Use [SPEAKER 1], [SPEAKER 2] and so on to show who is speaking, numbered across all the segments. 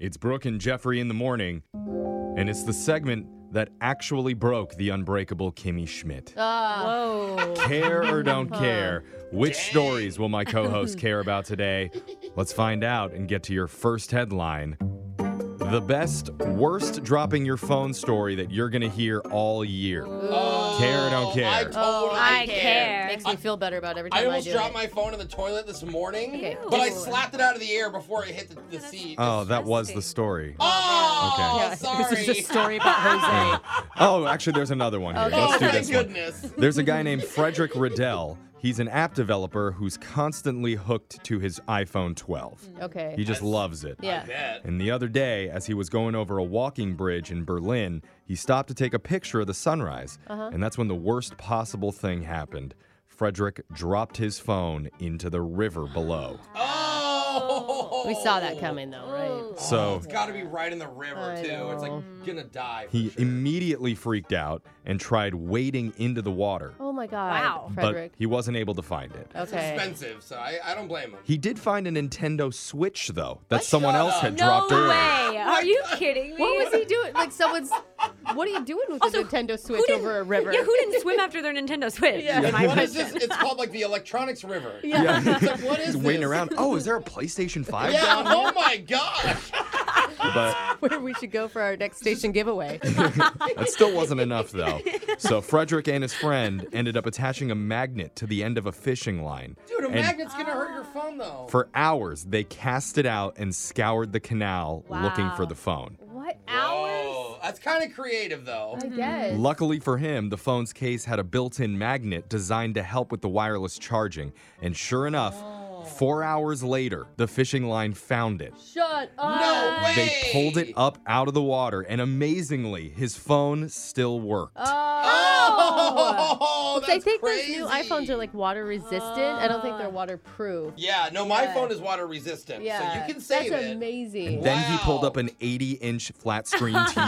[SPEAKER 1] It's Brooke and Jeffrey in the morning, and it's the segment that actually broke the unbreakable Kimmy Schmidt.
[SPEAKER 2] Oh, Whoa.
[SPEAKER 1] care or don't care, which stories will my co host care about today? Let's find out and get to your first headline. The best, worst dropping your phone story that you're going to hear all year. Care or don't care?
[SPEAKER 3] Oh, I totally
[SPEAKER 4] I
[SPEAKER 3] care.
[SPEAKER 4] care.
[SPEAKER 2] Makes me feel better about every
[SPEAKER 3] I
[SPEAKER 2] time I,
[SPEAKER 3] almost
[SPEAKER 2] do
[SPEAKER 3] dropped
[SPEAKER 2] it.
[SPEAKER 3] my phone in the toilet this morning,
[SPEAKER 2] Okay.
[SPEAKER 3] but I
[SPEAKER 2] Ew.
[SPEAKER 3] slapped it out of the air before it hit the, the seat.
[SPEAKER 1] Oh, that was the
[SPEAKER 4] disgusting.
[SPEAKER 1] story.
[SPEAKER 3] Oh,
[SPEAKER 1] Okay.
[SPEAKER 3] sorry.
[SPEAKER 2] This is a story about Jose.
[SPEAKER 1] Oh, actually, there's another one here.
[SPEAKER 2] Okay.
[SPEAKER 3] oh,
[SPEAKER 1] Let's do
[SPEAKER 3] thank
[SPEAKER 1] this one.
[SPEAKER 3] goodness.
[SPEAKER 1] There's a guy named Frederick Riddell. He's an app developer who's constantly hooked to his iPhone 12.
[SPEAKER 2] okay.
[SPEAKER 1] He just
[SPEAKER 3] That's-
[SPEAKER 1] loves it.
[SPEAKER 2] Yeah.
[SPEAKER 3] I bet.
[SPEAKER 1] And the other day, as he was going over a walking bridge in Berlin, he stopped to take a picture of the sunrise.
[SPEAKER 2] Uh-huh.
[SPEAKER 1] And that's when the worst possible thing happened. Frederick dropped his phone into the river below.
[SPEAKER 3] Oh.
[SPEAKER 2] we saw that coming though, right?
[SPEAKER 1] So
[SPEAKER 3] It's got to be right in the river,
[SPEAKER 2] I
[SPEAKER 3] too. It's
[SPEAKER 2] know.
[SPEAKER 3] like gonna die. For
[SPEAKER 1] he
[SPEAKER 3] sure.
[SPEAKER 1] immediately freaked out and tried wading into the water,
[SPEAKER 2] Oh my god.
[SPEAKER 4] Wow.
[SPEAKER 2] Frederick.
[SPEAKER 1] but he wasn't able to find it.
[SPEAKER 2] okay.
[SPEAKER 3] expensive, so I, I don't blame him.
[SPEAKER 1] He did find a Nintendo Switch, though, that someone
[SPEAKER 3] shut
[SPEAKER 1] else
[SPEAKER 3] up.
[SPEAKER 1] had
[SPEAKER 4] No
[SPEAKER 1] dropped earlier.
[SPEAKER 4] way. Are you kidding me?
[SPEAKER 2] What was he doing? Like someone's what are you doing with a Nintendo Switch
[SPEAKER 4] didn't-
[SPEAKER 2] over a river?
[SPEAKER 4] Yeah, who didn't swim after their Nintendo Switch?
[SPEAKER 3] Like,
[SPEAKER 4] Is my
[SPEAKER 3] what is
[SPEAKER 4] question.
[SPEAKER 3] this? It's called like the electronics river.
[SPEAKER 1] Yeah.
[SPEAKER 3] It's like, what is
[SPEAKER 1] He's waiting
[SPEAKER 3] this?
[SPEAKER 1] around. Oh, is there a PlayStation 5
[SPEAKER 3] Yeah.
[SPEAKER 1] down
[SPEAKER 3] Oh my gosh.
[SPEAKER 1] But
[SPEAKER 2] where we should go for our next station giveaway.
[SPEAKER 1] That still wasn't enough, though. So Frederick and his friend ended up attaching a magnet to the end of a fishing line.
[SPEAKER 3] Dude, a
[SPEAKER 1] And
[SPEAKER 3] magnet's gonna hurt your phone though.
[SPEAKER 1] For hours, they cast it out and scoured the canal looking for
[SPEAKER 4] Wow.
[SPEAKER 1] the phone.
[SPEAKER 2] what
[SPEAKER 3] Oh, that's kind of creative though.
[SPEAKER 2] I guess.
[SPEAKER 1] Luckily for him, the phone's case had a built in magnet designed to help with the wireless charging. And sure enough,
[SPEAKER 3] Oh.
[SPEAKER 1] four hours later, the fishing line found it.
[SPEAKER 2] Shut up.
[SPEAKER 3] No way.
[SPEAKER 1] They pulled it up out of the water, and amazingly, his phone still worked.
[SPEAKER 2] Oh. So
[SPEAKER 3] Oh, that's
[SPEAKER 2] I think
[SPEAKER 3] crazy.
[SPEAKER 2] those new iPhones are like water resistant. I don't think they're waterproof.
[SPEAKER 3] Yeah, no, my
[SPEAKER 2] Yeah.
[SPEAKER 3] phone is water resistant,
[SPEAKER 2] Yeah.
[SPEAKER 3] so you can save
[SPEAKER 2] That's
[SPEAKER 3] it.
[SPEAKER 2] amazing.
[SPEAKER 1] Then he pulled
[SPEAKER 3] Wow.
[SPEAKER 1] up an 80 inch flat screen TV.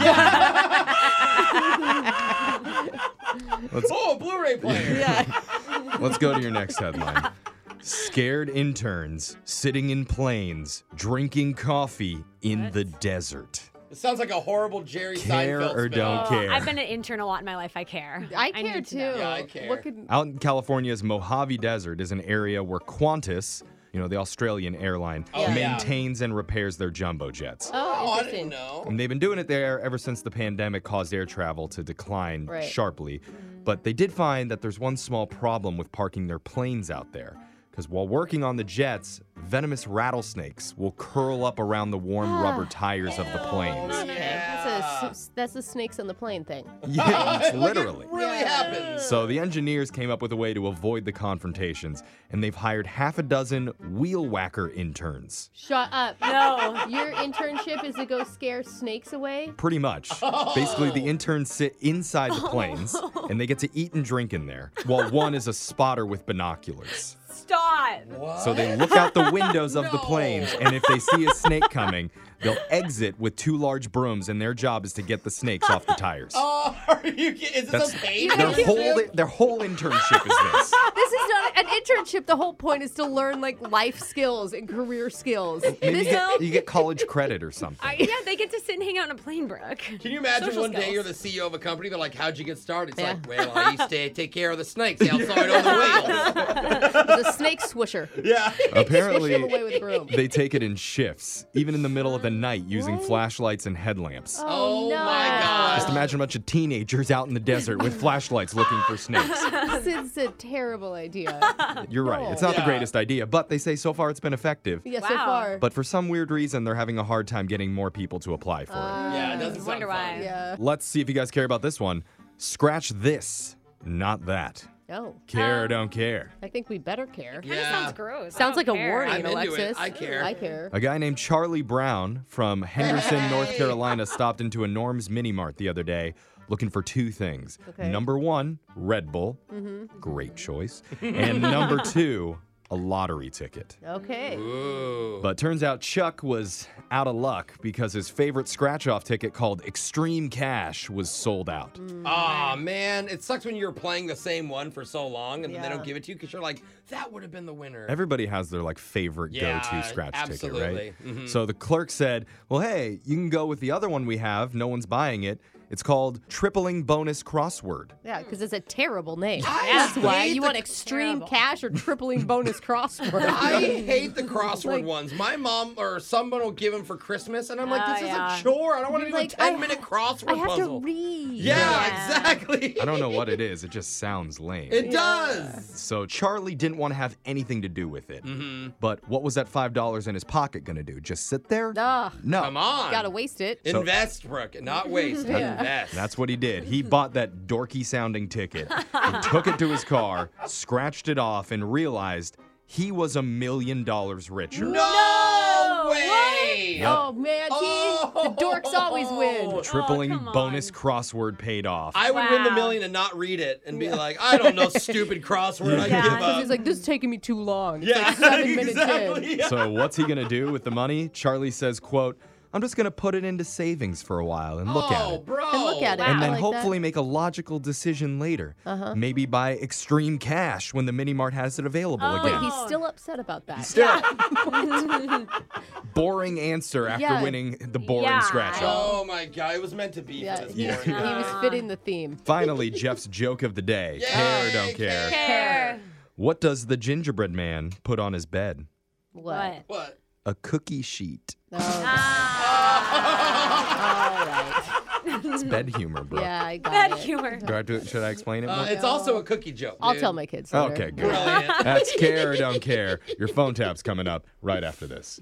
[SPEAKER 1] Let's,
[SPEAKER 3] Oh, a Blu-ray player.
[SPEAKER 1] let's go to your next headline. Scared interns sitting in planes, drinking coffee in the desert.
[SPEAKER 3] It sounds like a horrible Jerry
[SPEAKER 1] Care
[SPEAKER 3] Seinfeld Oh,
[SPEAKER 1] or
[SPEAKER 3] spin.
[SPEAKER 1] don't care.
[SPEAKER 4] I've been an intern a lot in my life. I care.
[SPEAKER 2] I care
[SPEAKER 4] need to
[SPEAKER 2] too.
[SPEAKER 4] know.
[SPEAKER 3] Yeah, I care.
[SPEAKER 2] What could
[SPEAKER 1] Out in California's Mojave Desert is an area where Qantas, you know, the Australian airline,
[SPEAKER 3] Oh, yeah.
[SPEAKER 1] maintains and repairs their jumbo jets.
[SPEAKER 3] Oh,
[SPEAKER 2] Oh,
[SPEAKER 3] I
[SPEAKER 2] interesting.
[SPEAKER 3] didn't know.
[SPEAKER 1] And they've been doing it there ever since the pandemic caused air travel to decline
[SPEAKER 2] Right.
[SPEAKER 1] sharply. But they did find that there's one small problem with parking their planes out there. Because while working on the jets, venomous rattlesnakes will curl up around the warm rubber tires of the
[SPEAKER 4] Oh,
[SPEAKER 1] planes.
[SPEAKER 2] Okay,
[SPEAKER 3] Yeah.
[SPEAKER 2] That's a that's the snakes on the plane thing.
[SPEAKER 1] Yeah, it's
[SPEAKER 3] Like,
[SPEAKER 1] literally.
[SPEAKER 3] it really happens.
[SPEAKER 1] So the engineers came up with a way to avoid the confrontations, and they've hired half a dozen wheel whacker interns.
[SPEAKER 2] Shut up.
[SPEAKER 4] No.
[SPEAKER 2] Your internship is to go scare snakes away.
[SPEAKER 1] Pretty much. Basically, the interns sit inside the planes and they get to eat and drink in there, while one is a spotter with binoculars.
[SPEAKER 4] Stop.
[SPEAKER 3] What?
[SPEAKER 1] So they look out the windows of the planes,
[SPEAKER 3] No.
[SPEAKER 1] and if they see a snake coming, they'll exit with two large brooms, and their job is to get the snakes off the tires.
[SPEAKER 3] Oh, are you kidding? Is this
[SPEAKER 1] That's-
[SPEAKER 3] a paid
[SPEAKER 1] Their
[SPEAKER 3] internship?
[SPEAKER 1] whole their whole internship is this.
[SPEAKER 2] This is not an internship. The whole point is to learn like life skills and career skills.
[SPEAKER 1] Maybe you
[SPEAKER 2] This
[SPEAKER 1] get, you get college credit or something.
[SPEAKER 4] I, yeah, they get to sit and hang out in a plane, Brooke.
[SPEAKER 3] Can you imagine
[SPEAKER 4] Social
[SPEAKER 3] one day
[SPEAKER 4] skills.
[SPEAKER 3] you're the CEO of a company? They're like, "How'd you get started?" It's
[SPEAKER 2] Yeah.
[SPEAKER 3] like, "Well, I used to take care of the snakes outside on the wheels."
[SPEAKER 2] is a snake swisher.
[SPEAKER 3] Yeah.
[SPEAKER 2] Swish them away
[SPEAKER 1] Apparently,
[SPEAKER 2] with a broom.
[SPEAKER 1] they take it in shifts, even in the middle of the night, using
[SPEAKER 2] What?
[SPEAKER 1] flashlights and headlamps.
[SPEAKER 3] Oh my gosh.
[SPEAKER 1] Just imagine a bunch of teenagers out in the desert with flashlights looking for snakes.
[SPEAKER 2] This is a terrible idea.
[SPEAKER 1] You're right. It's not the
[SPEAKER 3] Yeah.
[SPEAKER 1] greatest idea, but they say so far it's been effective.
[SPEAKER 2] Yeah, so
[SPEAKER 4] Wow.
[SPEAKER 2] far.
[SPEAKER 1] But for some weird reason, they're having a hard time getting more people to apply for it.
[SPEAKER 3] Yeah, it doesn't sound
[SPEAKER 4] Wonder
[SPEAKER 3] fun.
[SPEAKER 4] why.
[SPEAKER 2] yeah.
[SPEAKER 1] Let's see if you guys care about this one. Scratch this, not that.
[SPEAKER 2] No.
[SPEAKER 1] Care
[SPEAKER 3] Uh.
[SPEAKER 1] or don't care.
[SPEAKER 2] Oh, I think we better care.
[SPEAKER 3] Yeah.
[SPEAKER 4] Kind of sounds gross. I
[SPEAKER 2] Sounds like
[SPEAKER 4] don't
[SPEAKER 2] a
[SPEAKER 4] care.
[SPEAKER 2] warning,
[SPEAKER 3] I'm into
[SPEAKER 2] Alexis.
[SPEAKER 3] it. I care.
[SPEAKER 2] I care.
[SPEAKER 1] A guy named Charlie Brown from Henderson, North
[SPEAKER 3] Hey.
[SPEAKER 1] Carolina, stopped into a Norm's Mini Mart the other day looking for two things.
[SPEAKER 2] Okay.
[SPEAKER 3] Mm-hmm.
[SPEAKER 1] Number one, Red Bull. Great choice. and number two, a lottery ticket.
[SPEAKER 2] Okay.
[SPEAKER 3] Ooh.
[SPEAKER 1] But turns out Chuck was out of luck because his favorite scratch off ticket called Extreme Cash was sold out.
[SPEAKER 3] Mm. Aw,
[SPEAKER 2] Mm-hmm.
[SPEAKER 3] man. It sucks when you're playing the same one for so long and then they
[SPEAKER 2] Yeah.
[SPEAKER 3] don't give it to you because you're like, that would have been the winner.
[SPEAKER 1] Everybody has their like favorite
[SPEAKER 3] Yeah,
[SPEAKER 1] go-to scratch
[SPEAKER 3] absolutely. Mm-hmm.
[SPEAKER 1] ticket, right? So the clerk said, "Well, hey, you can go with the other one we have. No one's buying it. It's called tripling bonus crossword."
[SPEAKER 2] Yeah, because it's a terrible name.
[SPEAKER 3] Hmm. I
[SPEAKER 2] That's why
[SPEAKER 3] hate
[SPEAKER 2] you
[SPEAKER 3] the-
[SPEAKER 2] want extreme
[SPEAKER 4] Terrible.
[SPEAKER 2] cash or tripling bonus crossword.
[SPEAKER 3] I hate the crossword ones. My mom or someone will give them for Christmas, and I'm like,
[SPEAKER 4] Oh,
[SPEAKER 3] this
[SPEAKER 4] yeah.
[SPEAKER 3] is a chore. I don't want to
[SPEAKER 2] You're
[SPEAKER 3] do a
[SPEAKER 2] like,
[SPEAKER 3] 10
[SPEAKER 2] I
[SPEAKER 3] minute
[SPEAKER 2] ha-
[SPEAKER 3] crossword
[SPEAKER 2] I have
[SPEAKER 3] puzzle.
[SPEAKER 2] to read.
[SPEAKER 3] yeah,
[SPEAKER 4] Yeah.
[SPEAKER 3] exactly.
[SPEAKER 1] I don't know what it is. It just sounds lame.
[SPEAKER 3] It does.
[SPEAKER 1] so Charlie didn't want to have anything to do with it.
[SPEAKER 3] Mhm.
[SPEAKER 1] But what was that five dollars in his pocket gonna do? Just sit there?
[SPEAKER 2] Ugh.
[SPEAKER 1] no.
[SPEAKER 3] Come on.
[SPEAKER 2] Gotta waste it.
[SPEAKER 1] So-
[SPEAKER 3] Invest, Brooke. Not waste. Invest.
[SPEAKER 1] That's what he did. He bought that dorky sounding ticket, he took it to his car, scratched it off, and realized he was a million dollars richer.
[SPEAKER 3] No,
[SPEAKER 2] No
[SPEAKER 3] way.
[SPEAKER 1] Yep.
[SPEAKER 2] Oh man, he,
[SPEAKER 3] Oh.
[SPEAKER 2] the dorks always win.
[SPEAKER 1] Tripling
[SPEAKER 4] come on.
[SPEAKER 1] bonus crossword paid off.
[SPEAKER 3] I would win the
[SPEAKER 4] Wow.
[SPEAKER 3] million and not read it and be like, I don't know, stupid crossword. I
[SPEAKER 4] Yeah.
[SPEAKER 3] give
[SPEAKER 2] Because
[SPEAKER 3] up.
[SPEAKER 2] he's like, this is taking me too long. It's
[SPEAKER 3] yeah,
[SPEAKER 2] like seven minutes in.
[SPEAKER 3] exactly.
[SPEAKER 1] so what's he gonna do with the money? Charlie says, quote, I'm just gonna put it into savings for a while and look at
[SPEAKER 3] oh,
[SPEAKER 1] it.
[SPEAKER 3] bro.
[SPEAKER 2] And look at it.
[SPEAKER 1] And
[SPEAKER 2] I
[SPEAKER 1] then
[SPEAKER 2] like that.
[SPEAKER 1] hopefully make a logical decision later.
[SPEAKER 2] Uh-huh.
[SPEAKER 1] Maybe buy extreme cash when the mini mart has it available
[SPEAKER 4] Oh.
[SPEAKER 1] again.
[SPEAKER 2] But he's still upset about that.
[SPEAKER 1] Still, boring answer after
[SPEAKER 2] Yeah.
[SPEAKER 1] winning the boring
[SPEAKER 4] Yeah.
[SPEAKER 1] scratch off.
[SPEAKER 3] Oh my god, it was meant to be
[SPEAKER 2] yeah,
[SPEAKER 3] for this
[SPEAKER 2] he,
[SPEAKER 3] boring
[SPEAKER 2] he
[SPEAKER 3] guy.
[SPEAKER 2] was fitting the theme.
[SPEAKER 1] Finally, Jeff's joke of the day.
[SPEAKER 3] Yay,
[SPEAKER 1] care or don't care.
[SPEAKER 3] care.
[SPEAKER 4] Care.
[SPEAKER 1] What does the gingerbread man put on his bed?
[SPEAKER 2] What?
[SPEAKER 3] What?
[SPEAKER 1] A cookie sheet.
[SPEAKER 2] Oh,
[SPEAKER 3] Ah.
[SPEAKER 2] all right.
[SPEAKER 1] It's bed humor, bro.
[SPEAKER 2] Yeah, I got
[SPEAKER 4] Bad
[SPEAKER 2] it.
[SPEAKER 4] humor.
[SPEAKER 1] Do I have to- should I explain it?
[SPEAKER 3] Uh,
[SPEAKER 1] more?
[SPEAKER 3] it's also a cookie joke.
[SPEAKER 2] I'll
[SPEAKER 3] dude.
[SPEAKER 2] tell my kids. Later.
[SPEAKER 1] okay, good.
[SPEAKER 3] Brilliant.
[SPEAKER 1] That's care or don't care. Your phone tap's coming up right after this.